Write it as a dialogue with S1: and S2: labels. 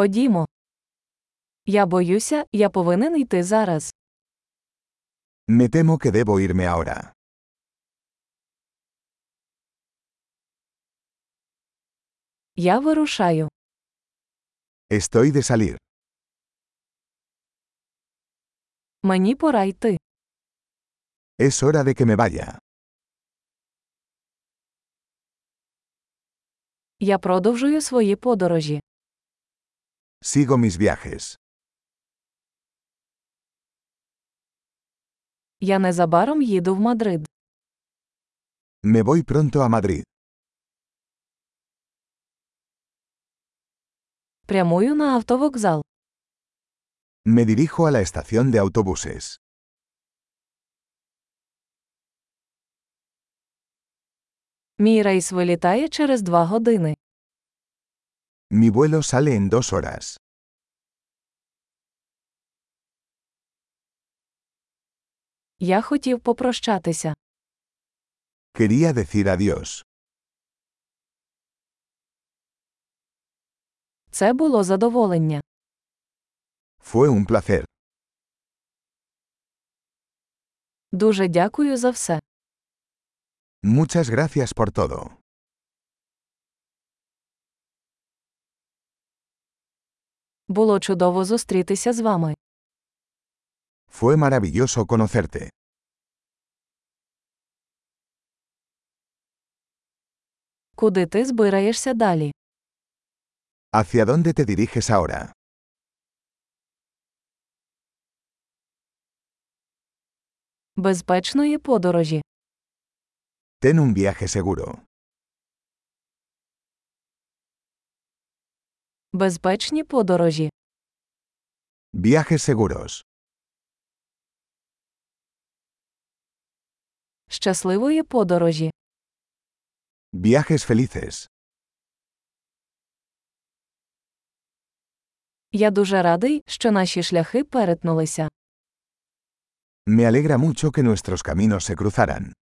S1: Ходімо. Я боюся, я повинен йти зараз.
S2: Me temo que debo irme ahora.
S1: Я вирушаю.
S2: Estoy de salir.
S1: Мені пора йти.
S2: Es hora de que me vaya.
S1: Я продовжую свої подорожі.
S2: Sigo mis viajes.
S1: Я незабаром їду в Мадрид.
S2: Me voy pronto a Madrid.
S1: Прямую на автовокзал.
S2: Me dirijo a la estación de autobuses.
S1: Мій рейс вилітає через два години.
S2: Mi vuelo sale en dos horas.
S1: Я хотів попрощатися.
S2: Quería decir adiós.
S1: Це було задоволення.
S2: Fue un placer.
S1: Дуже дякую за все.
S2: Muchas gracias por todo.
S1: Було чудово зустрітися з вами.
S2: Fue maravilloso conocerte.
S1: Куди ти збираєшся далі?
S2: ¿Hacia dónde te diriges ahora?
S1: Безпечної подорожі.
S2: Ten un viaje seguro.
S1: Безпечні подорожі.
S2: Viajes seguros.
S1: Щасливої подорожі.
S2: Viajes felices.
S1: Я дуже радий, що наші шляхи перетнулися.
S2: Me alegra mucho que nuestros caminos se cruzaran.